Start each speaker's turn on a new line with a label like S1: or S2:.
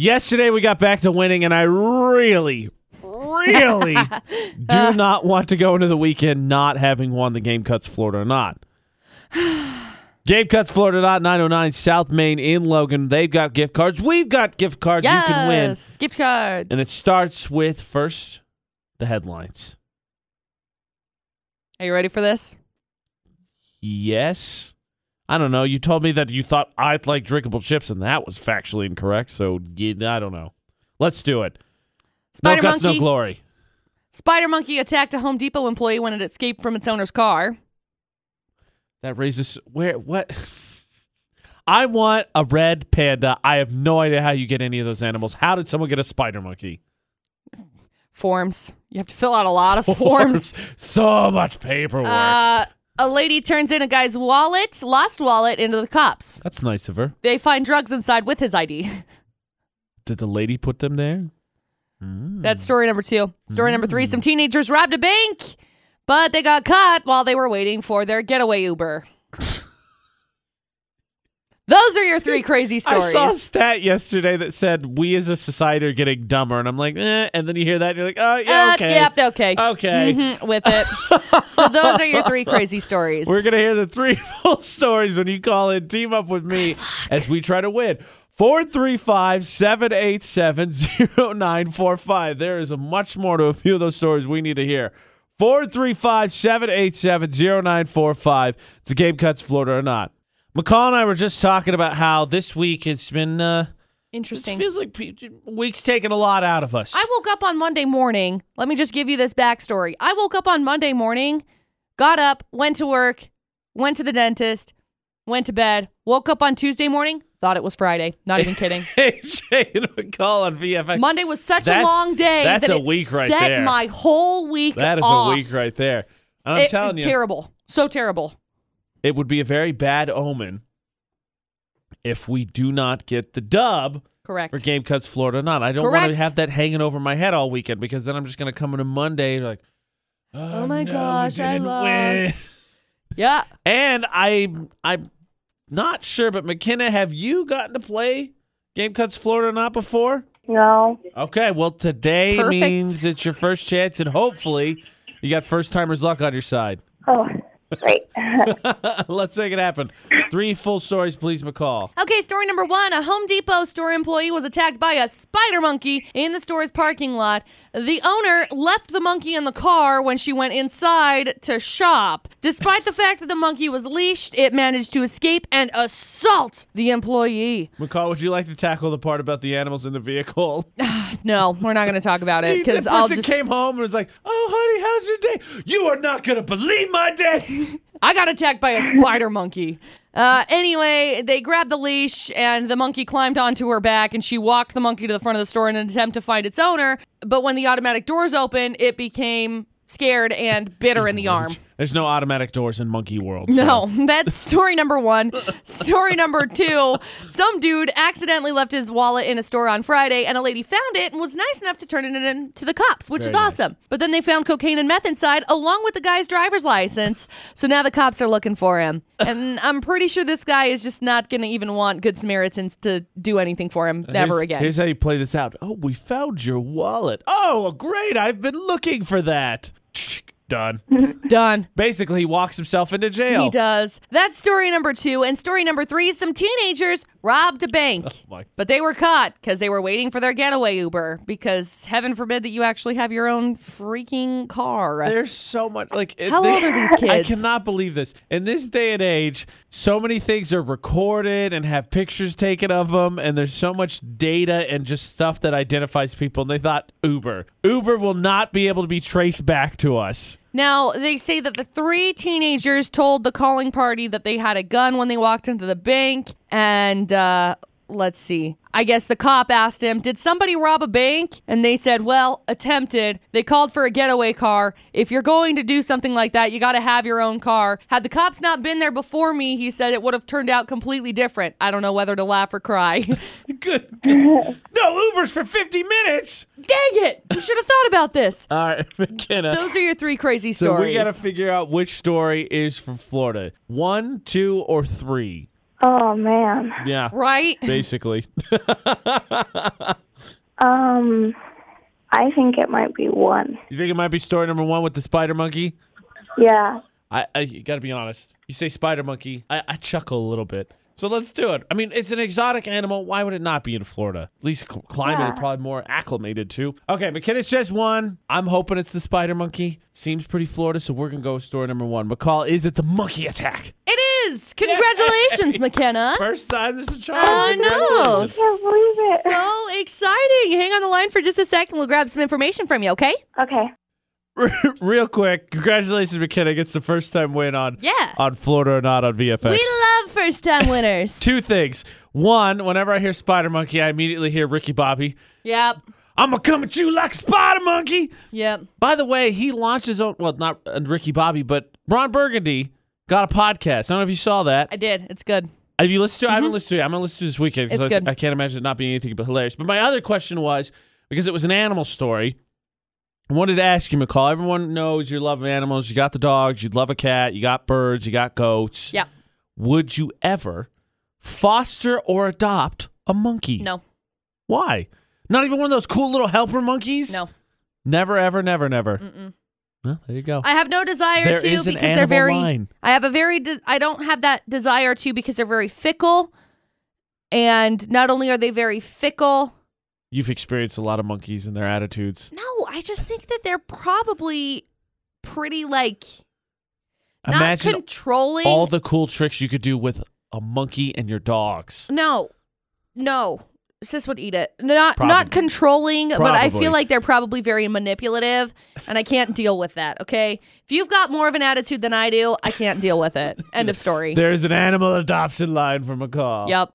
S1: Yesterday we got back to winning, and I really, really do not want to go into the weekend not having won the Game Cuts Florida or not. Game Cuts Florida or not 909 South Main in Logan. They've got gift cards. We've got gift cards
S2: yes,
S1: you can win.
S2: gift cards.
S1: And it starts with first the headlines.
S2: Are you ready for this?
S1: Yes. I don't know. You told me that you thought I'd like drinkable chips, and that was factually incorrect. So yeah, I don't know. Let's do it.
S2: Spider
S1: no guts,
S2: monkey.
S1: no glory.
S2: Spider monkey attacked a Home Depot employee when it escaped from its owner's car.
S1: That raises where what? I want a red panda. I have no idea how you get any of those animals. How did someone get a spider monkey?
S2: Forms. You have to fill out a lot of forms.
S1: So much paperwork.
S2: Uh, a lady turns in a guy's wallet, lost wallet, into the cops.
S1: That's nice of her.
S2: They find drugs inside with his ID.
S1: Did the lady put them there? Mm.
S2: That's story number two. Story number three
S1: Hmm.
S2: some teenagers robbed a bank, but they got caught while they were waiting for their getaway Uber. Those are your three crazy stories.
S1: I saw a stat yesterday that said we as a society are getting dumber, and I'm like, eh. And then you hear that, and you're like, oh yeah,
S2: Uh,
S1: okay,
S2: Yep, okay.
S1: okay.
S2: Mhm, with it. so those are your three crazy stories.
S1: We're gonna hear the three full stories when you call in. Team up with me as we try to win. 435-787-0945. There is a much more to a few of those stories we need to hear. 435-787-0945. It's a game cuts Florida or not. McCall and I were just talking about how this week it's been uh it
S2: Interesting.
S1: feels like pe- weeks taking a lot out of us.
S2: I woke up on Monday morning. Let me just give you this backstory. I woke up on Monday morning, got up, went to work, went to the dentist, went to bed, woke up on Tuesday morning, thought it was Friday. Not even kidding.
S1: AJ and McCall on VFX.
S2: Monday was such a
S1: That's-
S2: long day
S1: that's
S2: that
S1: a
S2: it
S1: week right
S2: set
S1: there.
S2: my whole week
S1: that is
S2: off.
S1: a week right there. And I'm
S2: It-
S1: telling you.
S2: Terrible. So terrible.
S1: it would be a very bad omen if we do not get the dub
S2: Correct.
S1: for Game Cuts Florida or not. I don't want to
S2: Correct.
S1: have that hanging over my head all weekend because then I'm just going to come into Monday like, oh,
S2: my
S1: no, we
S2: gosh, I
S1: didn't
S2: lost."
S1: win."
S2: yeah.
S1: And I, I'm not sure, but McKenna, have you gotten to play Game Cuts Florida or not before?
S3: No.
S1: Okay, well, today
S2: Perfect.
S1: means it's your first chance, and hopefully you got first timer's luck on your side.
S3: Oh, great.
S1: Let's make it happen. Three full stories, please, McCall.
S2: Okay, story number one. A Home Depot store employee was attacked by a spider monkey in the store's parking lot. The owner left the monkey in the car when she went inside to shop. Despite the fact that the monkey was leashed, it managed to escape and assault the employee.
S1: McCall, would you like to tackle the part about the animals in the vehicle?
S2: No, we're not going to talk about it
S1: That
S2: because
S1: person
S2: I'll just.
S1: came home and was like, "Oh, honey, how's your day? You are not gonna believe my day."
S2: I got attacked by a spider monkey. Uh, anyway, they grabbed the leash and the monkey climbed onto her back and she walked the monkey to the front of the store in an attempt to find its owner. But when the automatic doors opened, it became scared and bitter in the arm.
S1: There's no automatic doors in Monkey World.
S2: No, that's story number one. story number two some dude accidentally left his wallet in a store on Friday, and a lady found it and was nice enough to turn it in to the cops, which is
S1: Very nice.
S2: awesome. But then they found cocaine and meth inside, along with the guy's driver's license. So now the cops are looking for him. And I'm pretty sure this guy is just not going to even want Good Samaritans to do anything for him ever again.
S1: Here's how you play this out. Oh, we found your wallet. Oh, great! I've been looking for that. Done.
S2: Done.
S1: Basically, he walks himself into jail.
S2: He does. That's story number two. And story number three some teenagers robbed a bank.
S1: my-
S2: But they were caught because they were waiting for their getaway Uber because heaven forbid that you actually have your own freaking car.
S1: There's so much like it-
S2: How
S1: they-
S2: old are these
S1: I
S2: kids?
S1: cannot believe this. In this day and age, so many things are recorded and have pictures taken of them, and there's so much data and just stuff that identifies people. And they thought Uber, Uber will not be able to be traced back to us.
S2: Now, they say that the three teenagers told the calling party that they had a gun when they walked into the bank. And uh, let's see. I guess the cop asked him, Did somebody rob a bank? And they said, Well, attempted. They called for a getaway car. If you're going to do something like that, you got to have your own car. Had the cops not been there before me, he said it would have turned out completely different. I don't know whether to laugh or cry. Dang
S1: Good. good. no Ubers for 50 minutes.
S2: it! You should have thought about this.
S1: All right, McKenna.
S2: Those are your three crazy
S1: so
S2: stories.
S1: we got to figure out which story is from Florida. One, two, or three.
S3: Oh man.
S1: Yeah,
S2: right?
S1: basically.
S3: Um, I think it might be one.
S1: You think it might be story number one with the spider monkey?
S3: Yeah.
S1: I, I you gotta be honest. You say spider monkey, I, I chuckle a little bit. So let's do it. I mean, it's an exotic animal. Why would it not be in Florida? At least c- climate,
S3: Yeah.
S1: it's probably more acclimated to. Okay, McKinnon says one. I'm hoping it's the spider monkey. Seems pretty Florida, so we're gonna go with story number one. McCall, is it the monkey attack?
S2: It is. Congratulations, McKenna.
S1: First time this is a
S2: I
S1: child.
S2: know.
S1: Congratulations.
S3: Can't believe it.
S2: So exciting. Hang on the line for just a second. We'll grab some information from you, okay?
S3: Okay.
S1: Real quick, congratulations, McKenna gets the first time win on
S2: Yeah.
S1: on Florida or not on VFX.
S2: We love first time winners.
S1: Two things. One, whenever I hear Spider Monkey, I immediately hear Ricky Bobby.
S2: yep.
S1: I'm gonna come at you like a Spider Monkey.
S2: Yep.
S1: By the way, he launched his own. Well, not uh, Ricky Bobby, but Ron Burgundy got a podcast. I don't know if you saw that.
S2: I did. It's good.
S1: Have you listened to? it? I haven't listened to it. I'm gonna listen to it this weekend
S2: Mm-hmm. It's
S1: because
S2: good.
S1: I, I can't imagine it not being anything but hilarious. But my other question was because it was an animal story. I wanted to ask you, McCall. Everyone knows you love animals. You got the dogs. You love a cat. You got birds. You got goats.
S2: Yep.
S1: Would you ever foster or adopt a monkey?
S2: No.
S1: Why? Not even one of those cool little helper monkeys?
S2: No.
S1: Never, ever, never, never.
S2: Mm-mm.
S1: Well, there you go.
S2: I have no desire
S1: There
S2: to
S1: is an
S2: because they're
S1: animal
S2: very
S1: line.
S2: I have a very de- I don't have that desire to because they're very fickle. And not only are they very fickle,
S1: You've experienced a lot of monkeys and their attitudes.
S2: no, I just think that they're probably pretty like not
S1: Imagine
S2: controlling.
S1: all the cool tricks you could do with a monkey and your dogs.
S2: no. No. Sis would eat it. Not
S1: Probably.
S2: not controlling, but I
S1: Probably.
S2: feel like they're probably very manipulative and I can't deal with that, okay? If you've got more of an attitude than I do, I can't deal with it. End of story.
S1: There's an animal adoption line from McCall.
S2: Yep.